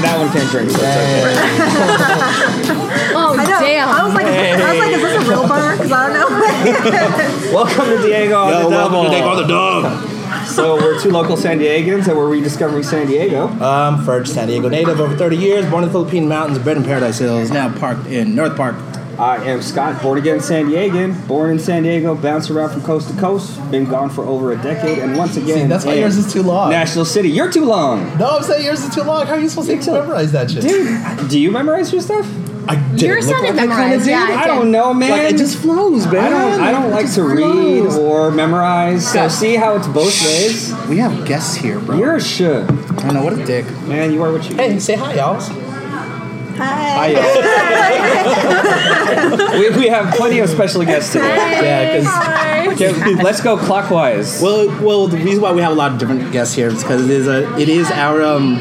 drinks. That's okay. Oh, I know. I damn. was like, I was like, is this a real bummer? Because I don't know. Welcome to Diego on Yo, the welcome to Diego on the Dog. So we're two local San Diegans, and we're rediscovering San Diego. I'm Ferg, San Diego native, over 30 years, born in the Philippine mountains, bred in Paradise Hills, now parked in North Park. I am Scott, born again San Diegan, born in San Diego, bounce around from coast to coast, been gone for over a decade, and once again, See, that's why am yours is too long. National City. You're too long, No, I'm saying yours is too long. How are you supposed to memorize that shit? dude. Do you memorize your stuff? I didn't Yours look sounded like I kinda memorized. did. Yeah, I, I did. don't know, man. Like, it just flows, man. I don't. I don't It like just to read flows. or memorize. So Scott. see how it's both ways. We have guests here, bro. You're a should, I know what a dick. man. You are what you. Hey, say hi, y'all. Hi. yeah. we, we have plenty of special guests today. Yeah, because Okay, let's go clockwise. Well, well, the reason why we have a lot of different guests here is because it is a, it is our um,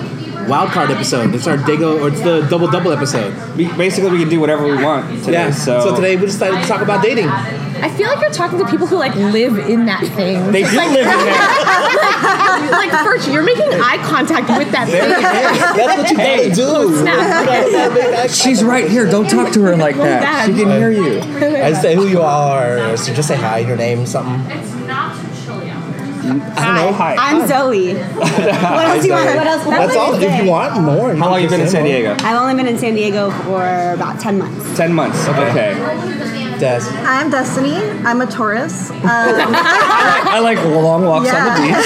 wild card episode. It's our Dago, or it's the double double episode. We, basically, we can do whatever we want today. Yeah. So, today we decided to talk about dating. I feel like you're talking to people who like live in that thing. They do live in that. like, first, you're making eye contact with that thing. That's what you gotta do. Snap. she's right here. Don't talk to her like that. She can hear you. I say who you are, so just say hi, your name, something. It's not too chilly out there. I don't know. Hi. I'm Zoe. what else do you want? What else? That's all. If you want more, How long you been in San Diego? I've only been in San Diego for about 10 months. Ten months. Okay. Des. I'm Destiny. I'm a Taurus. Um, I like long walks on the Yeah.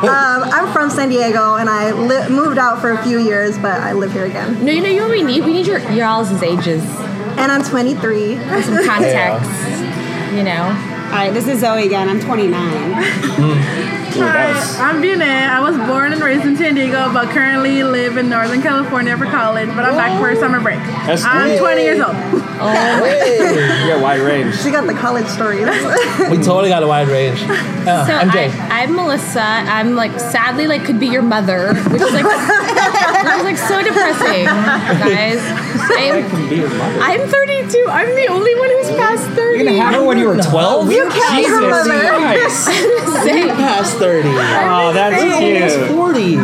beach. um, I'm from San Diego and I li- moved out for a few years, but I live here again. No, you know, you know what we need? We need your y'all's ages. And I'm 23. Some context. You know? All right, this is Zoe again. I'm 29. Hi, I'm Dina. I was born and raised in San Diego, but currently live in Northern California for college. But I'm back for summer break. That's I'm cool. 20 years old. You got wide range. She got the college stories. We totally got a wide range. Uh, So I'm Jay. I, I'm Melissa. I'm like sadly like could be your mother, which is like that was like so depressing, guys. I'm Can be your mother. I'm 32. I'm the only one who's past 30. You had her when you were twelve. You can't be her Jesus mother. Christ. Say, Past thirty. Oh, that's Almost cute. forty.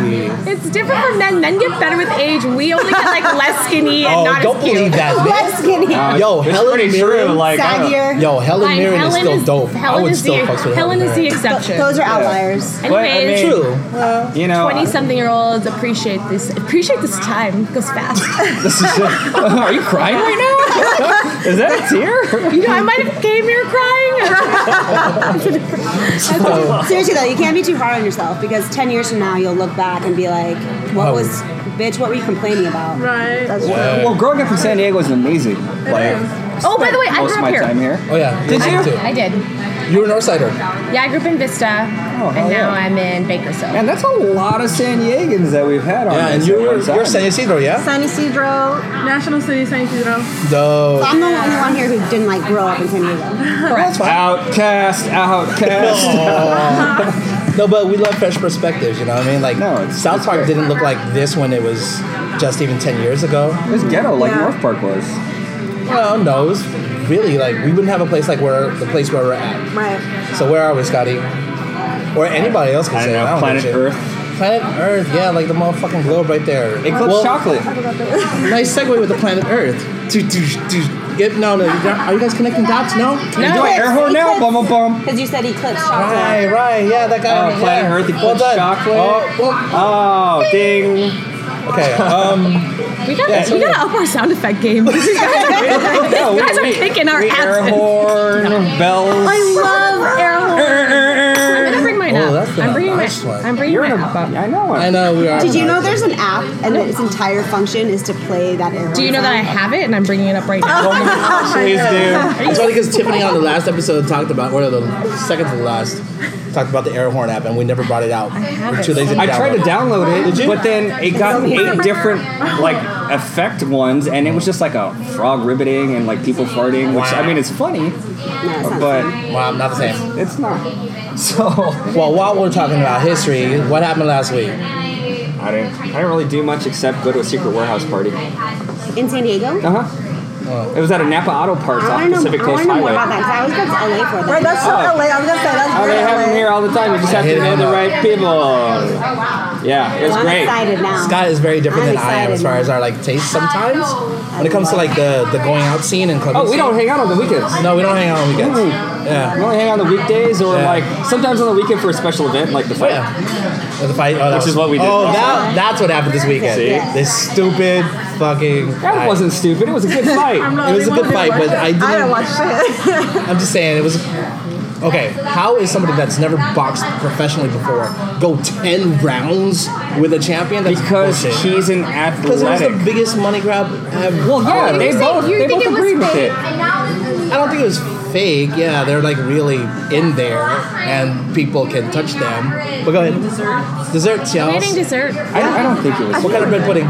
it's different for men. Men get better with age. We only get like less skinny and Oh, not don't as cute. believe that. Less skinny. Uh, Yo, it's Helen pretty Mirren, true. Like, I don't- Saggier. Yo, Helen Fine, Mirren is still dope. I Helen would is still the, fuck with Helen is the Mirren. exception. Those are outliers. Anyways, But, I mean, True. you know, 20 something year olds appreciate this appreciate this time it goes fast this is. are you crying right now? is that a tear? you know i might have came here crying Seriously though, you can't be too hard on yourself because ten years from now you'll look back and be like, "What Oh. was, bitch? What were you complaining about?" Right. That's true. Well, growing up in San Diego is amazing. Like, oh by the way i most grew of up my time here here. Oh yeah. Did you? too. i did You're an Northsider. yeah i grew up in vista Oh, hell and now yeah. i'm in bakersfield Man, that's a lot of San Diegans that we've had on. Yeah, and this you at were one time. you're San Isidro, yeah? San Isidro. National City, San Isidro. No. I'm the only one here who didn't like grow up in San Diego. correct Outcast, outcast. No, but we love fresh perspectives. You know what I mean? Like No, it's- South it's Park great. didn't look like this when it was just even ten years ago. it was ghetto like Yeah. North Park was. Well, no, it was really like we wouldn't have a place like where the place where we're at. Right. So where are we, Scotty? Or anybody else can I say don't it. know, give a planet shit. Earth. Planet Earth, yeah, like the motherfucking globe right there. Eclipse Well, chocolate. Nice segue with the planet Earth. Do, do, do. Get, no, no, you're not- are you guys connecting dots? No? You doing air horn now? Bum bum bum. Because you said eclipse. Right, right, yeah, that guy. Oh, Planet yeah. Earth Eclipse well done. Chocolate. Oh, well, Oh, ding. okay, um, we gotta Yeah. we gotta up our sound effect game these No, guys are we- kicking our we air asses horn, bells. i love air horn i'm gonna bring mine up Oh, that's the i'm bringing my nice one. i'm bringing You're my in a, app up I know. I know we are. Did you know there's an app and its entire function is to play that air? do you know that i have it and i'm bringing it up right now Please do. It's funny because Tiffany on the last episode talked about, or the second to the last, talked about the air horn app and we never brought it out. have We're it too lazy to I tried to download. download it, but then it got eight different like effect ones, and it was just like a frog ribbiting and like people farting, which I mean it's funny, No, it's not. but Wow, not the same. it's not. So Well, while we're talking about history, what happened last week? I didn't. I didn't really do much except go to a secret warehouse party. Uh In San Diego. huh. Oh. It was at a Napa Auto Parts I off want to Pacific know, I Coast wanna know more Highway. about that because I always go to LA for that. Right, that's so Oh. LA. I was gonna say that's Oh, very they have them LA. here all the time. You just have hit to know him the up. right people. Yeah, it was Oh, Well, I'm great. excited now. Scott is very different I'm than I am excited as far as our like taste sometimes. When it comes to like the, the going out scene and clubbing Oh, we scene. don't hang out on the weekends. No, we don't hang out on weekends. Ooh. Yeah. We only hang out on the weekdays or Yeah. like sometimes on the weekend for a special event like the fight. Yeah. With the fight. Oh, that Which is was- what we did. Oh, that, that's what happened this weekend. See? This stupid fucking. That fight. wasn't stupid. It was a good I'm fight. not- It was a good fight, but I didn't. I didn't watch shit. I'm just saying it was. Okay, how is somebody that's never boxed professionally before go ten rounds with a champion? That's because bullshit. he's an Because it was the athletic. biggest money grab ever. Oh, Well, yeah, they You both think- you they think both it was agreed with fake, it. and now this is- I don't think it was fake. Yeah, they're like really in there, and people can touch them. But go ahead. Desserts. Desserts, y'all. Eating dessert. I, I don't think it was. What kind of bread pudding?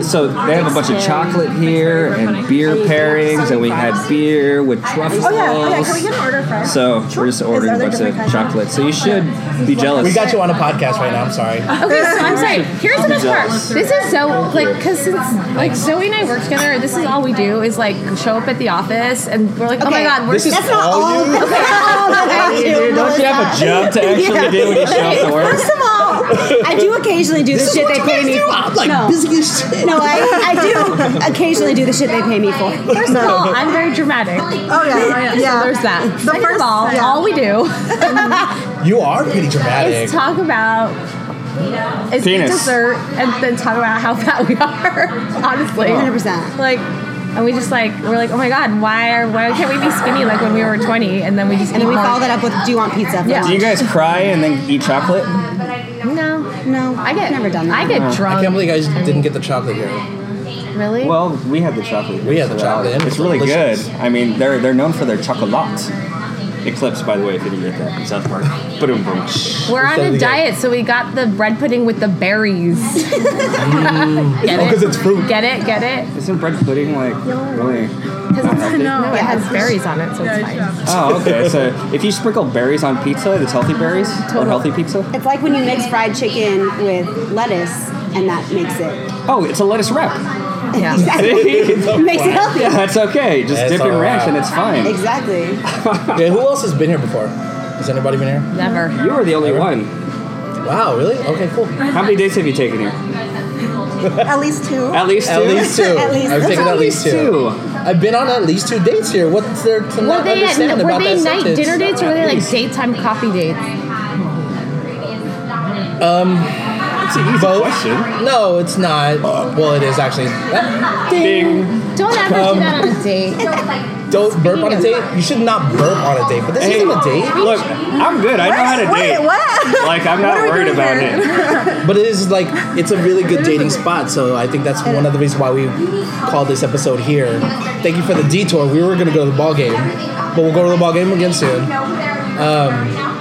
So they have a bunch of chocolate here and beer pairings, and we had beer with truffles. Oh yeah, oh yeah. Can we get an order from? So we're just ordering a Is- are bunch there different of kinds? chocolate. So you should be jealous. We got you on a podcast right now. I'm sorry. Okay, so I'm sorry. Here's the best part. jealous. This is so like because since like Zoe and I work together, this is all we do is like show up at the office and we're like, oh my Okay. god, we're This is That's not all all. you? That's not all that I do. No, Don't it's you have a not. job to actually do when you show up to work? First of all, I do occasionally do the shit they pay me for. I'm like no. busy as shit. No, I, I do occasionally do the shit they pay me for. First of all, I'm very dramatic. Oh yeah, So yeah. there's that. Second first- of all, yeah. all we do You are pretty is dramatic. talk about is eat Penis. dessert and then talk about how fat we are. Honestly, 100%. Like, and we just like we're like, oh my god, why are why can't we be skinny like when we were 20? And then we just And then eat we more. follow that up with, do you want pizza? for Yeah. lunch?" Do you guys cry and then eat chocolate? No, No, I get I've never done that. I get I drunk. can't believe you guys didn't get the chocolate here. really? Well, we had the chocolate. We had the chocolate, and It's really delicious. good. I mean, they're they're known for their chocolate. Eclipse, by the way, if you didn't get that in South Park. Boom, boom. We're on Sounds a good. diet, so we got the bread pudding with the berries. get Because it? Mm. Oh, it's fruit. Get it? Get it? Isn't bread pudding like really? Because it's healthy. no, it Yeah, has it's- berries on it, so it's fine. Yeah, Oh, okay. So if you sprinkle berries on pizza, it's healthy berries or healthy pizza. It's like when you mix fried chicken with lettuce, and that makes it. Oh, it's a lettuce wrap. Yeah. Exactly. makes it healthy. That's okay. Just That's dip in all ranch right. and it's fine. Exactly. Yeah, who else has been here before? Has anybody been here? Never. You are the only one. Wow, really? Okay, cool. How many days have you taken here? At least two. At least two. At least two. At least- I've that's taken at least two. I've been on at least two dates here. What's there to Were not they, understand were about they that night sentence? dinner dates or were they like daytime coffee dates? It's an easy Both. question. No, it's not. Well, it is actually. Ding. Don't ever Um, do that on a date. Don't burp on a date. You should not burp on a date. But this Hey, isn't a date. look, I'm good. I know how to Wait, date. what? Like I'm What not are we worried doing about here? it. But it is like it's a really good dating spot. So I think that's one of the reasons why we called this episode here. Thank you for the detour. We were gonna go to the ball game, but we'll go to the ball game again soon. Um,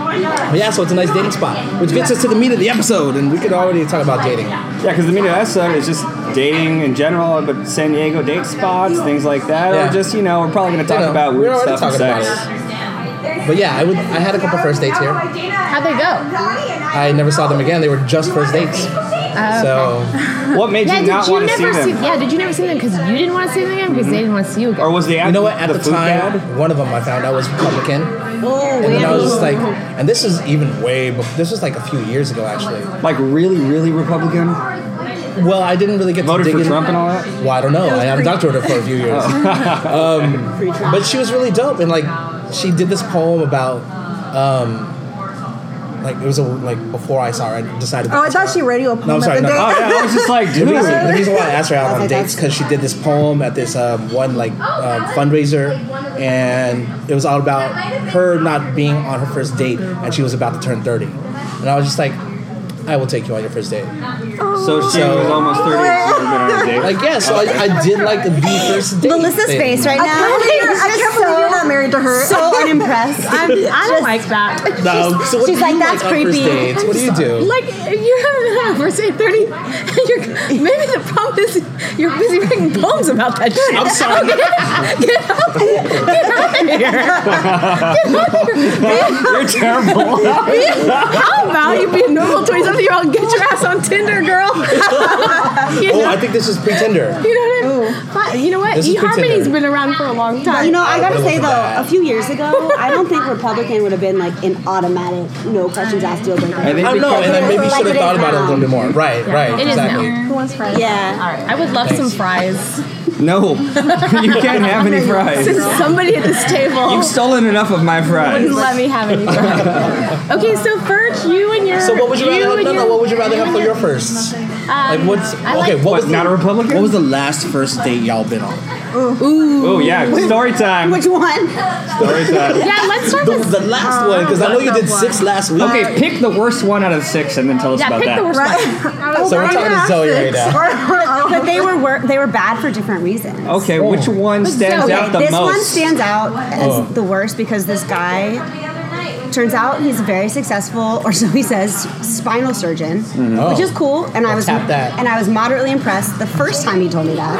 But yeah, so it's a nice dating spot, which gets us to the meat of the episode, and we could already talk about dating. Yeah, because the media episode is just dating in general, but San Diego date spots, things like that, Yeah. or just you know, we're probably gonna talk You know, about we're weird already stuff and talking sex. about But yeah, I would. I had a couple first dates here. How'd they go? Uh, I never saw them again. They were just first dates. So What made Yeah, you not did you want to see never see, them? Yeah, did you never see them because you didn't want to see them again because they didn't want to see you again? Or was the you know what? At the, the, food time, bad? one of them I found out was Republican, and Oh, then I was just like, and this is even way. Before, this was like a few years ago, actually. Like really, really Republican? Well, I didn't really get Voted to dig for in- Trump and all that? Well, I don't know. I haven't talked to her for a few years. um, but she was really dope, and like, she did this poem about. Um, like it was a, like before I saw her, I decided. Oh, I thought she radio No, I'm pumped sorry. at the No, date. Oh yeah, I was just like, dude. The reason, the reason why I asked her out Okay, on dates that's- Oh, because she did this poem at this um, one like um, fundraiser, and it was all about her not being on her first date, and she was about to turn thirty, and I was just like, I will take you on your first date. So she So- was almost thirty. and she'd been on a date. Like yeah, so I, I did like the first oh. date. Melissa's thing. face right now. I can't believe you're, I can't believe you're not married to her. so unimpressed. I don't like that. No, so what she's do like, you "That's on first creepy." dates? What do you do? Like you haven't had a first date thirty. and You're, maybe the problem is you're busy writing poems about that shit. I'm sorry. Get out of here! Get out of here! You're terrible. How about you be a normal twenty-something-year-old? Get your ass on Tinder, girl. You oh, know? I think this is pretender. You know what? I mean? But you know what? This is eHarmony's pretender. been around for a long time. You know, I gotta Look say at though, that. a few years ago, I don't think Republican would have been like an automatic no questions asked deal breaker. I think I don't know, because- and then maybe you Like it should have is thought about it a little now. bit more. Right, right, It is exactly. now. Who wants fries? Yeah. I would love some fries. No, you can't have any fries. Somebody at this table You've stolen enough of my fries. wouldn't let me have any fries. Okay, so Ferch, you and your So what would you rather? Have, and no, no. your- um, What would you rather have for your first? like what's I okay? like- what was What, not a Republican? What was the last first date y'all been on? oh yeah, story time. Which one? Story time. Yeah, let's start the, with. the last one? Because I know you did one. six last week. Okay, pick the worst one out of six, and then tell us Yeah, about pick that. the worst one. So we're talking to Zoe right now. Oh, But they were, wor- they were bad for different reasons. Okay, which one stands Okay, out the this most? Oh. one stands out as the worst because this guy turns out he's a very successful, or so he says, spinal surgeon, Mm-hmm. which Oh. is cool. And I was tap that. and I was moderately impressed the first time he told me that.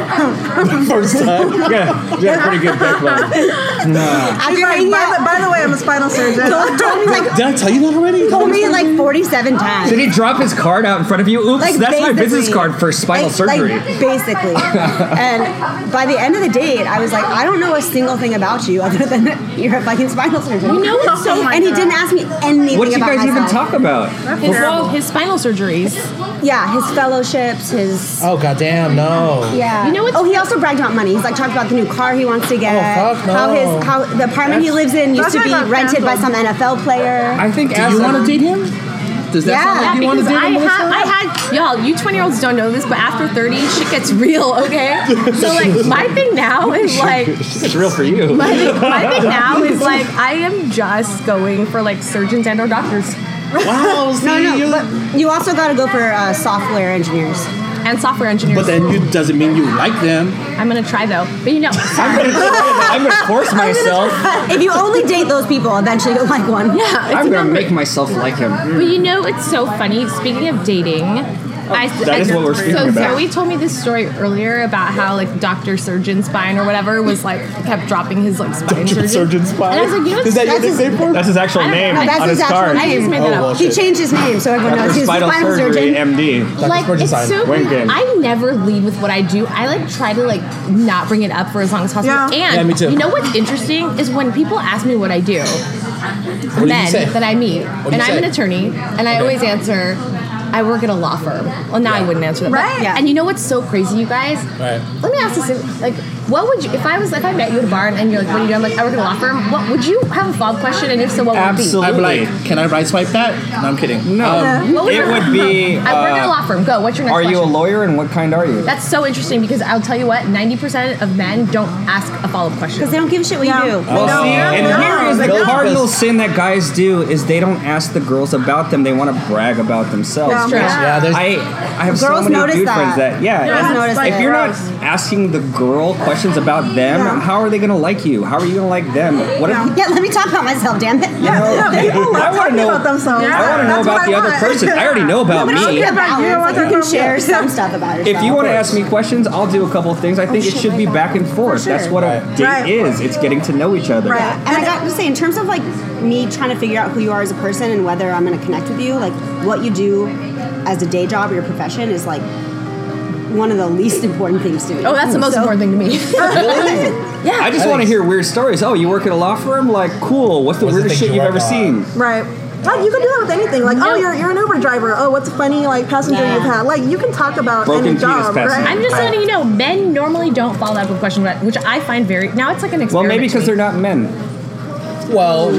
First time. yeah, yeah, pretty good backbone. After Like, hanging by, out, the, by the way, I'm a spinal surgeon. told, told me like Did I tell you that already? Oh, told me like forty-seven times. Did he drop his card out in front of you? Oops, Like, that's my basically- business card for spinal like, surgery. Like, basically. and by the end of the date, I was like, I don't know a single thing about you other than that you're a fucking spinal surgeon. You know what's so- and he didn't ask me anything what you about guys even myself. talk about? His, well, his spinal surgeries. Yeah, his fellowships, his Oh goddamn! No. yeah. You know what's- oh, he also bragged about money. He's like talked about the new car he wants to get. Oh, fuck no. How his how the apartment he lives in used That's to why be I got rented by some canceled. NFL player. I think Do as you a- want to date him? Does that sound Yeah, like you want to Because date I him? Melissa? had, I had, y'all, you 20 year olds don't know this, but after 30, shit gets real, okay? So, like, my thing now is like, it's real for you. my thing, my thing now is like, I am just going for like surgeons and or doctors Wow. no, see, no, you- but you also got to go for uh, software engineers. and software engineers. but then you doesn't mean you like them. I'm gonna try though, but you know, I'm gonna, I'm gonna force myself. if you only date those people, eventually you'll like one. yeah, it's I'm about, gonna make myself like him. but you know, it's so funny. Speaking of dating, I, that is what we're speaking so about. Zoe told me this story earlier about how like Doctor Surgeon Spine or whatever was like kept dropping his like spine surgeon. Surgeon And I was spine. like, you know, Is that your that's his- nickname for? him? That's his actual I don't name know. That's on his his actual card. I just name. made that Oh, well, up. He shit. changed his name so everyone knows Doctor he's a Spinal spinal Surgery, surgeon. MD. Doctor Like Spurgeon it's Simon. so Wing weird. game. I never lead with what I do. I like try to like not bring it up for as long as possible. Yeah. And Yeah, me too. you know what's interesting is when people ask me what I do, What did you men say? that I meet, do and you I'm say? an attorney, and I always answer, I work at a law firm. Well, now I wouldn't answer that. but- Right. yeah. And you know what's so crazy, you guys? Right. Let me ask this: if- like, what would you if I was if I met you at a bar and you're like, what do you do? I'm like, I work at a law firm. What would you have a follow-up question? And if so, what would I'm Absolutely. like, can I right swipe that? No, I'm kidding. No, it be? What it your- would be. I work at a Uh, law firm. Go. What's your next are you a question? lawyer and what kind are you? That's so interesting because I'll tell you what, 90% of men don't ask a follow up question. Because they don't give a shit what Yeah. you do. Well, No. see, and No. here is No. the cardinal sin that guys do is they don't ask the girls about them. They want to brag about themselves. Yeah. which Yeah, there's- I I have so Girls many notice dude that. friends that yeah. Girls and if notice that. you're not asking the girl questions about them, Yeah. how are they gonna like you? How are you gonna like them? What if Yeah, let me talk about myself, damn it. Yeah, yeah, people I love wanna talking know- about themselves. I I want to know That's what about the other want. person. I already know about But me. it's about you, I want balance. to You can talk about share you. some stuff about yourself. If you want to ask me questions, I'll do a couple of Oh, things. I think it should be back and forth. That's what a Right. date Right. is. It's getting to know each other. Right. And I got to say, in terms of like me trying to figure out who you are as a person and whether I'm going to connect with you, like what you do as a day job or your profession is like one of the least important things to me. Oh, that's the most So- important thing to me. yeah. I just I want to think- hear weird stories. Oh, you work at a law firm? Like, cool. What's the What's the weirdest thing shit you you've ever work on? seen? Right. Like you can do that with anything. Like, oh, you're, you're an Uber driver. Oh, what's a funny like passenger Yeah. you've had? Like you can talk about Broken any penis job, passenger. right? I'm just letting you know, men normally don't follow up with questions, about, which I find very. Now it's like an experiment. Well, maybe because to they're me. not men. Well,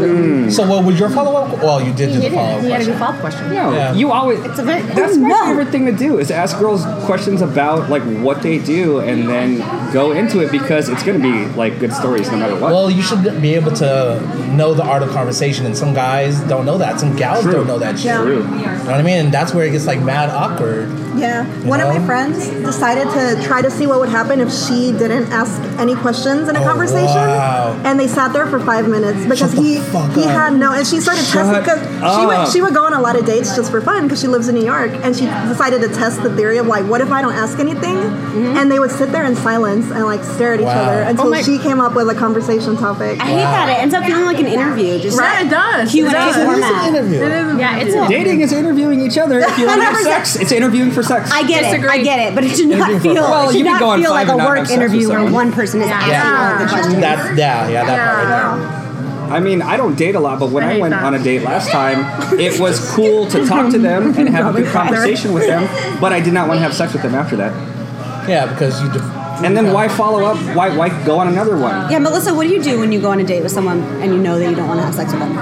so what would your follow up? Well, you did He do the did follow up it. He had a question. good follow up question. No, Yeah. you always. It's a very- that's my No. favorite thing to do is ask girls questions about like what they do and then go into it because it's gonna be like good stories no matter what. Well, you should be able to know the art of conversation, and some guys don't know that. Some gals True. don't know that shit. Yeah. True. You know what I mean? And that's where it gets like mad awkward. Yeah. One of know? my friends decided to try to see what would happen if she didn't ask any questions in a Oh, conversation. wow. And they sat there for five minutes because because Shut the he fuck he up. had no. And she started testing Shut because she would up. she would go on a lot of dates just for fun because she lives in New York, and she decided to test the theory of like, what if I don't ask anything? And they would sit there in silence and like stare at each Wow. other until Mm-hmm. Oh my- she came up with a conversation topic. I hate that. It ends up feeling like an interview. Just Right, it does. It Q and A does. It is an format. interview. It is Yeah, it's a, Dating is interviewing each other. If you want to have 100%. sex, it's interviewing for sex. I get it. I Disagree. get it. But it should not feel. Well, it should you can not go on feel five like a and not have work sex with interview where someone. one person is Yeah. asking all of the yeah. questions. That's yeah, yeah, that part right there. Yeah. I mean, I don't date a lot, but when I I, hate went that. on a date last time, it was cool to talk to them and have a good conversation with them, but I did not want to have sex with them after that. Yeah, because you. Def- And then why follow up? Why why go on another one? Yeah, Melissa, what do you do when you go on a date with someone and you know that you don't want to have sex with them?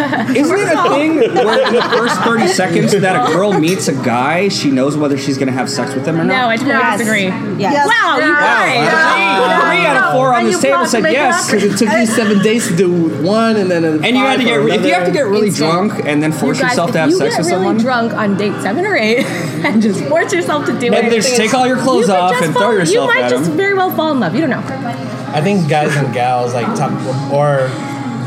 Isn't it a thing where in the first 30 seconds that a girl meets a guy, she knows whether she's going to have sex with him or no, not? I totally Yes. disagree. Yes. Wow, you guys. Three out of four on And this you table blocked said me, yes. blocked me. And It took me seven days to do one, and then you had to get re- if you have to get really Instant. drunk and then You force guys, yourself if to have you sex get with really someone. drunk on date seven or eight and just force yourself to do it. And just take all your you clothes could off just and fall- throw yourself You might at just him. very well fall in love. You don't know. I think guys and gals like talk or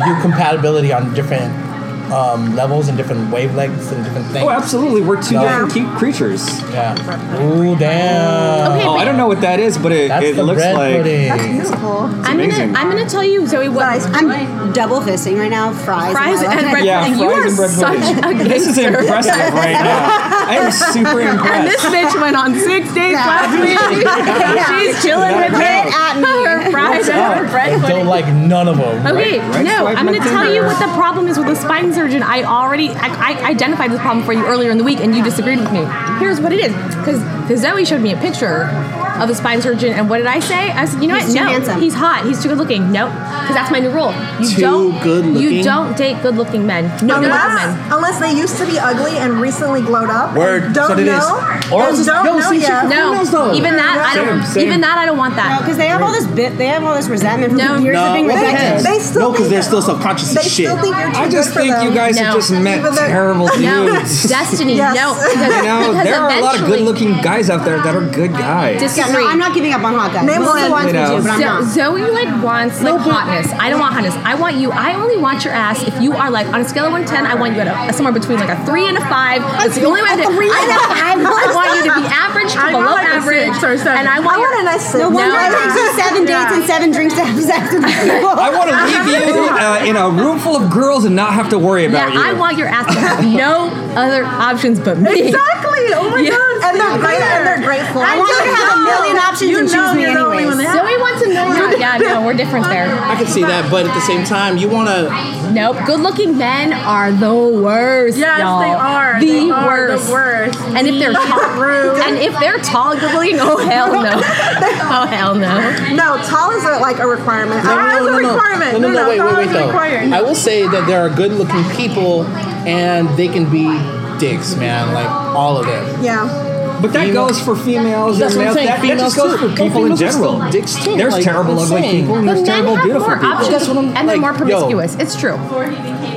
do compatibility on different um, levels and different wavelengths and different things. Oh, absolutely. We're two No. different cute creatures. Yeah. Ooh, damn. Okay, Oh, I but don't know what that is, but it, That's it the looks bread like. That's pudding. beautiful. I'm amazing. gonna I'm gonna tell you, Zoe, what Guys, I'm double fisting right now. Fries. fries my and life. bread Yeah, pudding. You fries are and bread such pudding. a This is gangster. impressive right now. I am super And this impressed. bitch went on six dates last week. She's chilling with her, Get at me. her fries and her bread Don't pudding. like none of them. Okay, Right, right no, swipe I'm going to left tell finger. you what the problem is with a spine surgeon. I already I, I identified this problem for you earlier in the week, and you disagreed with me. Here's what it is, because Zoe showed me a picture of a spine surgeon, and what did I say? I said, you know He's what? too no, handsome. he's hot. He's too good looking. No, because that's my new rule. You Too don't good-looking? You don't date good looking men. No, good looking men. Unless, unless they used to be ugly and recently glowed up. Word. Don't So it is. know. Or and it's- don't yo, know see, she- yet. knows though? No, even that I don't. Same, same. Even that I don't want that. Because they have all this bit. They have all this resentment from No. years No, of being well, they rejected. have. They still no, because think they're that- still subconscious They as shit. still think you're too I just good for think them. you guys have No. just met Even though- terrible No, dudes. destiny. Yes. No, because, You know, because there are a lot of eventually- good-looking guys out there that are good guys. Yeah, Disagree. no, I'm not giving up on hot guys. Name This is one. the ones we You know. do, but I'm Zo- not. Uh-huh. Zoe like wants like hotness. I don't want hotness. I want you. I only want your ass if you are like on a scale of one to ten. I want you at a, somewhere between like a three and a five. That's the only way. to- A three and a I five? want- I want you to be average to I want, below like, a average, six or seven. and I I want. want a your- nice No wonder it No. takes you seven dates Yeah. and seven drinks to have sex with these people. I want to leave you uh, in a room full of girls and not have to worry yeah, about you. I want your ass to have no other options but me. Exactly. Oh my Yeah. god. And they're great. there. And they're grateful. I want you to have a million options You and know choose me you're the only one anyways. that- Zoe wants a million. Yeah, no, we're different there. I can see that, but at the same time, you want to. Nope. Good-looking men are the worst. Yes, y'all. they are. The They are worst. The worst. And if they're rude. and if they're tall, good looking, oh hell no, oh hell no. No, tall is a, like Ah, a requirement. No, I- That's a requirement. No, no, No, no, no, wait, wait, wait, that's though. required. I will say that there are good-looking people, and they can be dicks, man. Like all of them. yeah. but that Female- goes for females That's and what males. I'm saying, That, that just females goes for too. people in Females are still general. dicks too, There's like, terrible, I'm ugly saying. people and But there's men terrible, have beautiful more people. options, That's what I'm- and they're like, more yo. promiscuous. It's true.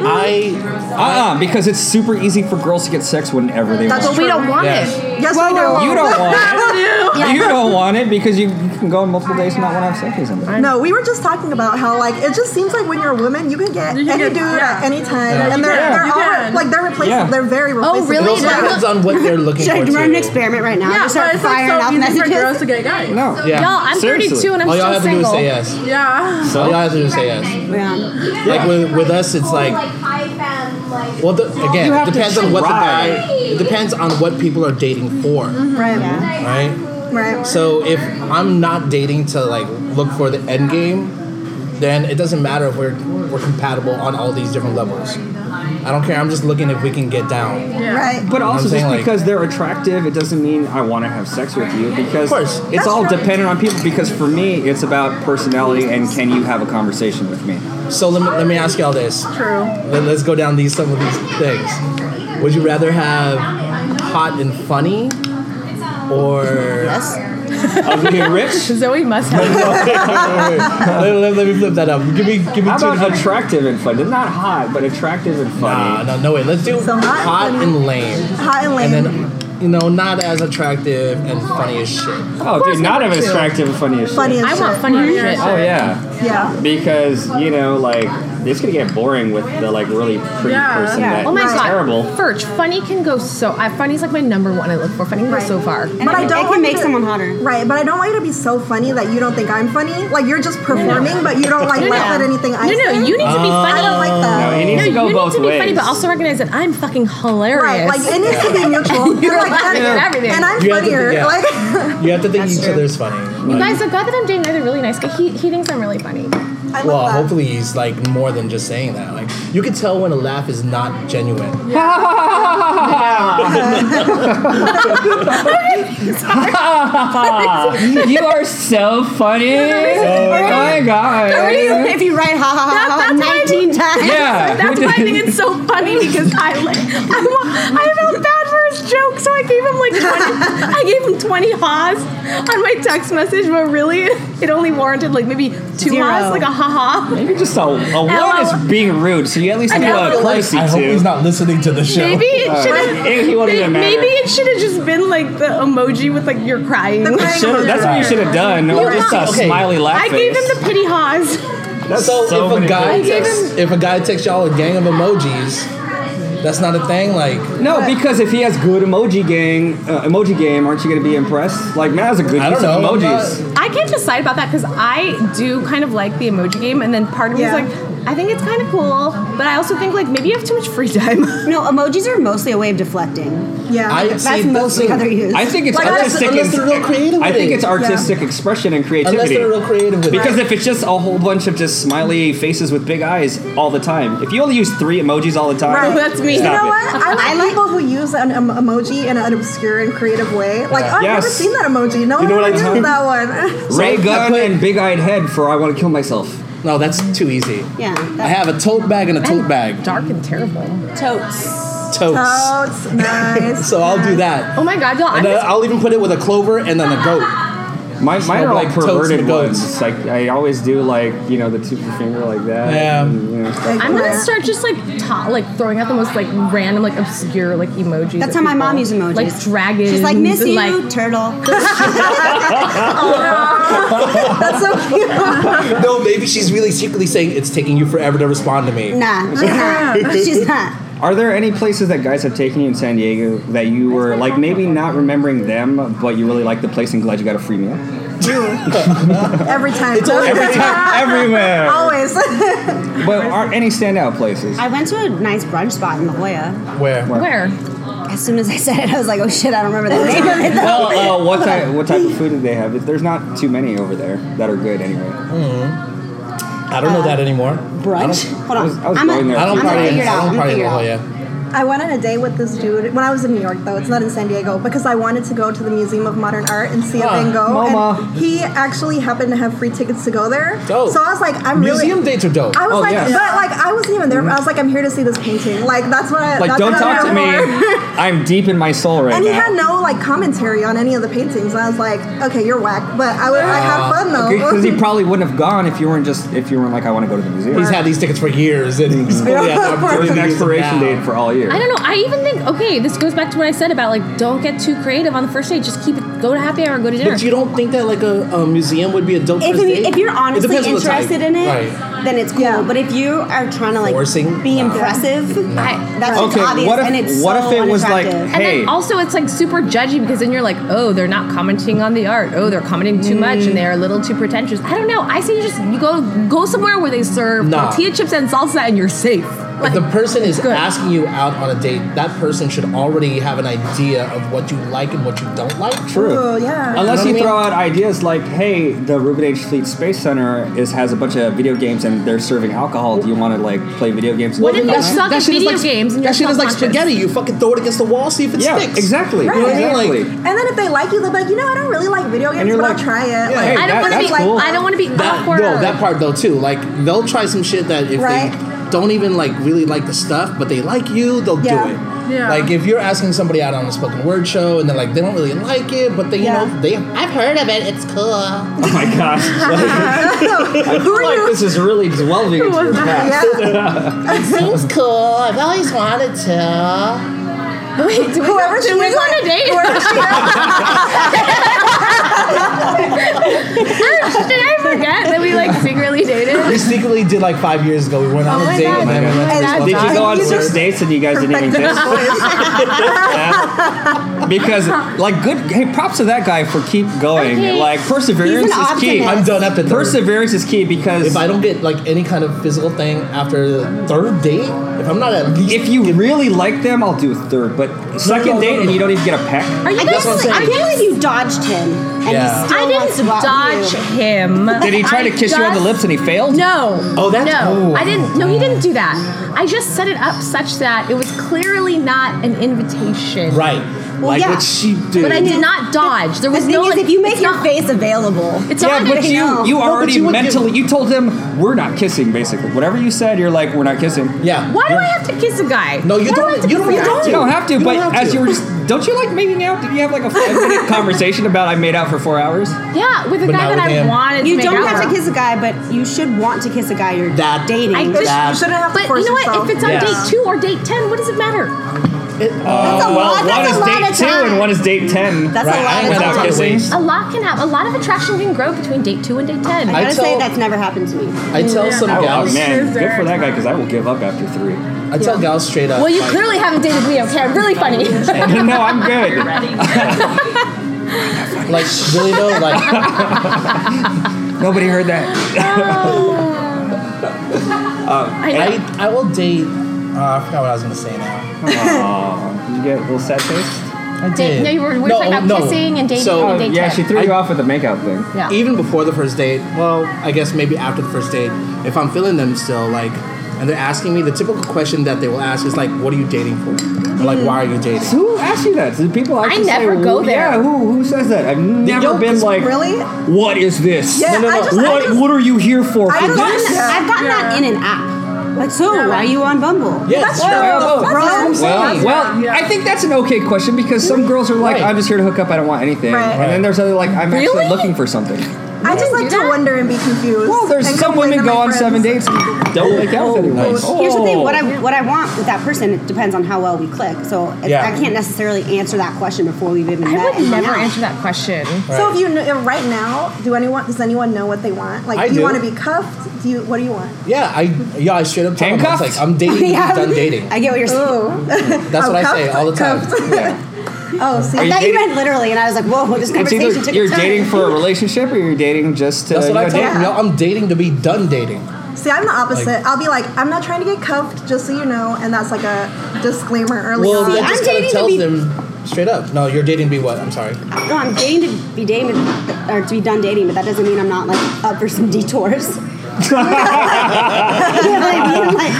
I. Uh-uh, because it's super easy for girls to get sex whenever they That's want. But we don't want Yeah. it. Yes, we do. You don't want it. I You don't want it because you you can go on multiple days and not want to have sex with somebody. No, we were just talking about how like it just seems like when you're a woman, you can get You can any get- dude yeah. at any time, Yeah. and they're Yeah. they're You all, can. Oh, like they're replaceable. Yeah. They're very replaceable. really? It also Yeah. depends on what they're looking Should I for. run an too. experiment right now? Yeah, Just start but it's like firing so off easy for girls messages. to get guys. No. Yeah. Y'all, I'm Seriously. 32 and I'm All still y'all have to do single. is say yes. Yeah. All y'all have to do is say yes. Yeah. Like with, with us, it's like um, well, the, again, You have to depends on what the guy. try. It depends on what people are dating for, Mm-hmm. Right. right? Right. So if I'm not dating to like look for the end game, then it doesn't matter if we're we're compatible on all these different levels. I don't care. I'm just looking if we can get down. Yeah. Right. But also, saying, just like- because they're attractive, it doesn't mean I want to have sex with you. Because course. it's all dependent on people. Because for me, it's about personality and can you have a conversation with me? So let me let me ask y'all this. True. Let, let's go down these some of these things. Would you rather have hot and funny, or Ugly and rich. Zoe must have. let, let- let me flip that up. Give me give me How two about attractive and funny? Not hot, but attractive and Nah, Ah, funny. no, no, wait. Let's do So hot hot, and funny. and lame. Hot and And lame. then, you know, not as attractive and funny as shit. oh, dude, not as attractive and funny as shit. funny as I shit. want funny shit. Oh yeah, Yeah. because you know, like it's gonna get boring with the like really pretty Yeah. person Yeah. that Oh my is god, terrible. Furch, funny can go so. I, funny's like my number one. I look for funny can go so far. And it, But I don't it want can make to- someone hotter. Right, but I don't want you to be so funny that you don't think I'm funny. Like you're just performing, but you don't like No, no. laugh at anything I No, no, say. you need to be funny. I don't like that. No, it needs No, to you go need both to be ways. funny, but also recognize that I'm fucking hilarious. Right, like it needs to be mutual. You're like, laughing at everything. and I'm You have to be- funnier. yeah. Like, You have to think That's each true. other's funny. you Like, guys, the guy that I'm dating is a really nice guy. He, he thinks I'm really funny. I love well, that. hopefully he's like more than just saying that. Like you can tell when a laugh is not genuine. you are so funny. Oh my god. If you write ha ha ha, ha That- that's why I 19 times. Yeah. That's why I think it's so funny because I like I, wa- I felt bad for his joke, so I gave him like twenty. I gave him twenty ha's on my text message, but really, it only warranted like maybe two Zero. ha's, like a ha ha. Maybe just a, a one Hello. is being rude, so you at least do know. a courtesy I hope to. he's not listening to the show. Maybe it should have. It- it wouldn't even matter. Maybe it should have just been like the emoji with like you're crying. Should've- that's what you should have done, or You're just a not- okay. smiley laugh I gave him face. the pity ha's. That's So, so if a many guy things. texts, if a guy texts y'all a gang of emojis, that's not a thing. Like No, because if he has good emoji gang, uh, emoji game, aren't you gonna be impressed? Like, man, that's a good I use don't of know. emojis. I can't decide about that because I do kind of like the emoji game, and then part of me Yeah. is like, I think it's kind of cool, but I also think like maybe you have too much free time. No, emojis are mostly a way of deflecting. yeah. I see, That's mostly how they're used. I think it's Like, unless- artistic. unless they're real creative I with think it. it's artistic expression and unless creativity. they're real creative with Because it. if it's just a whole bunch of just smiley faces with big eyes all the time, if you only use three emojis all the time, Right. That's me. You Stop know it. what? I like, people who use an em- emoji in an obscure and creative way. Like, oh, I've never Yes. seen that emoji. No You one know what ever I used do? that one. ray So, I gun put- and big eyed head for I want to kill myself. no, that's too easy. Yeah. I have a tote bag and a tote bag. Dark and terrible. totes. Totes. Oh, it's nice. So I'll do that. Oh my god, y'all! I'm And then just, I'll even put it with a clover and then a goat. My, mine are like like totes perverted and goats. ones. Like I always do, like you know, the two finger like that. Yeah. and, you know, stuff. I'm gonna start just like ta- like throwing out the most like random like obscure like emojis. That's that how my mom people- used emojis. Like dragons. She's Mm-hmm. like, miss and, you, Like, turtle. That's so cute. No, maybe she's really secretly saying it's taking you forever to respond to me. nah, she's not. She's not. Are there any places that guys have taken you in San Diego that you were like maybe not remembering them, but you really liked the place and glad you got a free meal? Every time. Every time, everywhere. Always. But are any standout places? I went to a nice brunch spot in La Jolla. Where? where? As soon as I said it, I was like, oh shit, I don't remember the name of it. though. Well, uh, what type what type of food do they have? There's not too many over there that are good anyway. I don't know that anymore. Brunch? Hold on. I was- I was am going there. I don't I'm gonna party. figure In, it out. I I'm don't gonna party in figure it La out. Jolla. I went on a date with this dude when I was in New York, though. It's not in San Diego because I wanted to go to the Museum of Modern Art and see Ah, a Van Gogh. MoMA. And he actually happened to have free tickets to go there. Dope. So I was like, I'm Museum really. dates are dope. I was Oh, like, yes. but like I wasn't even there. but I was like, I'm here to see this painting. Like that's what. I, Like, that's don't what talk to I'm me. here for. I'm deep in my soul right And he now. had no like commentary on any of the paintings. And I was like, okay, you're whack, but I would I have fun though. Because he probably wouldn't have gone if you weren't just if you weren't like I want to go to the museum. He's had these tickets for years, and he's really had the There's an opportunity to use them expiration now. date for all year. I don't know. I even think okay, this goes back to what I said about like don't get too creative on the first date. Just keep it. Go to happy hour. Go to dinner. But you don't think that like a, a museum would be a dope If, first you, date? if you're It honestly depends on the type. interested in it, Right. then it's cool. But if you are trying to like Forcing? be No. impressive, I, that's just Okay, obvious what if- and it's what so if it was, like, unattractive. And Hey. then also, it's like super judgy because then you're like, oh, they're not commenting on the art. Oh, they're commenting too much Mm. and they're a little too pretentious. I don't know. I say you just you go go somewhere where they serve Nah. tortilla chips and salsa and you're safe. If Like, the person is good. asking you out on a date, that person should already have an idea of what you like and what you don't like. True. Ooh, yeah. Unless You know you what throw I out ideas like, "Hey, the Reuben H. Fleet Space Center is has a bunch of video games and they're serving alcohol. Do you want to like play video games?" What if you That- suck that at shit is video like- games and That you're shit is like self-conscious? spaghetti. You fucking throw it against the wall, see if it Yeah, sticks. exactly. You know what I mean? Right. Like, Exactly. and then if they like you, they're like, you know, I don't really like video games, you're but like, I'll try it. yeah, like, hey, I don't that- want to be that's cool. I don't want to be That, awkward. no, that part though too. Like they'll try some shit that if Right. they don't even like really like the stuff, but they like you, they'll Yeah. do it. Yeah. Like if you're asking somebody out on a spoken word show and they're like they don't really like it, but they you Yeah. know they I've heard of it, it's cool. Oh my gosh! who are like you? this is really delving into your past. Yeah. Seems cool. I've always wanted to. Wait, do we Whoever go, she do we is, go I- on a date? whoever she is. Did I forget that we like secretly dated? They secretly did like five years ago. We went on Oh a my date God. and then we went to And this I- club. Did you go on You six just- dates and you guys didn't even Perfected kiss? his voice. Yeah. Because like good hey, props to that guy for keep going. Okay. Like perseverance He's an is key. optimist. I'm done after third. Perseverance is key because If I don't get like any kind of physical thing after the third date, if I'm not at least if you really like them, I'll do a third. But second no, no, date no, and no. you don't even get a peck. Are you I guys can't, what I'm believe, I saying. can't believe you dodged him, and Yeah. he still I wants to go didn't out with dodge you. him. Did he try I to kiss you on the just- lips and he failed? No. Oh, that's- no. oh. I didn't. No, he didn't do that. I just set it up such that it was clearly not an invitation. right, like yeah. what she did. But I did not dodge. There The was thing no. is, if you make it's your not- face available, it's Yeah, not. but you know. you No, but already you would mentally you told him we're not kissing basically. Whatever you said, you're like we're not kissing. yeah. Why do You're- I have to kiss a guy? No, you Why do I don't- have to you kiss don't- a you guy? don't. You don't have to, You but don't have as to. you were just, don't you like making out? Did you have like a five minute conversation about I made out for four hours? Yeah, with a But guy not that with I him. wanted. you to don't make out have with. to kiss a guy, but you should want to kiss a guy you're That- dating. I You just- That- shouldn't have to But force you know what? yourself. If it's on Yeah. date two or date ten, what does it matter? It, that's a lot. Oh, one That's is a lot of date two and time. one is date ten. That's right, a lot I of went time. out to the waist. A lot can happen. A lot of attraction can grow between date two and date ten. I gotta tell- say that's never happened to me. I tell some Oh, gals, man, Scissors. good for that guy because I will give up after three. I tell gals straight up. well, you like, clearly haven't dated me. Okay, really funny. no, I'm good. like really though, like Nobody heard that. I, I will date. Uh, I forgot what I was gonna say now. Did you get a little sad taste? I Date, did. no, you were, we were talking about no. kissing and dating So, and date yeah, ten. she threw I- you off with the makeout thing. yeah. even before the first date, well, I guess maybe after the first date, if I'm feeling them still, like, and they're asking me, the typical question that they will ask is like, "What are you dating for?" Or like, "Why are you dating?" Who asked you that? Do people actually say, never go "Who- there." Yeah, who, who says that? I've never Yo, been like, really? what is this? Yeah, I just- I what, just- what are you here for? I for don't this? I've gotten, Yeah. I've gotten that in an app. Like, so why are you on Bumble? Yes, That's what the true. fuck? Bro. That's what I'm Well, saying. well, Yeah. I think that's an okay question because some girls are like, Right. I'm just here to hook up. I don't want anything. Right. And then there's other like, I'm Really? actually looking for something. I just do like to that. wonder and be confused. Well, there's and some complain women to go my on friends. seven dates and don't make out with anyone. Oh. Nice. Here's the thing. What I what I want with that person it depends on how well we click. So it's- Yeah. I can't necessarily answer that question before we've even met. I would and hung never out. answer that question. So if you know, if right now, do anyone does anyone know what they want? Like, I do you do. want to be cuffed? Do you? What do you want? Yeah, I yeah, I straight up tell them, I was Handcuffed? like, "I'm dating. Yeah. I'm done dating." I get what you're saying. Oh, That's what I say all the time. oh, see, I you thought you dating- meant literally, and I was like, whoa, this It's conversation either took you're a turn. dating for a relationship or you're dating just to That's what you I know, tell date. them. Yo, I'm dating to be done dating. see, I'm the opposite. Like- I'll be like, I'm not trying to get cuffed, just so you know, and that's like a disclaimer early Well, on. I I'm just kind dating of to tells be- them straight up. No, you're dating to be what? I'm sorry. No, I'm dating to be dating or to be done dating, but that doesn't mean I'm not like up for some detours. you know what I mean? Like,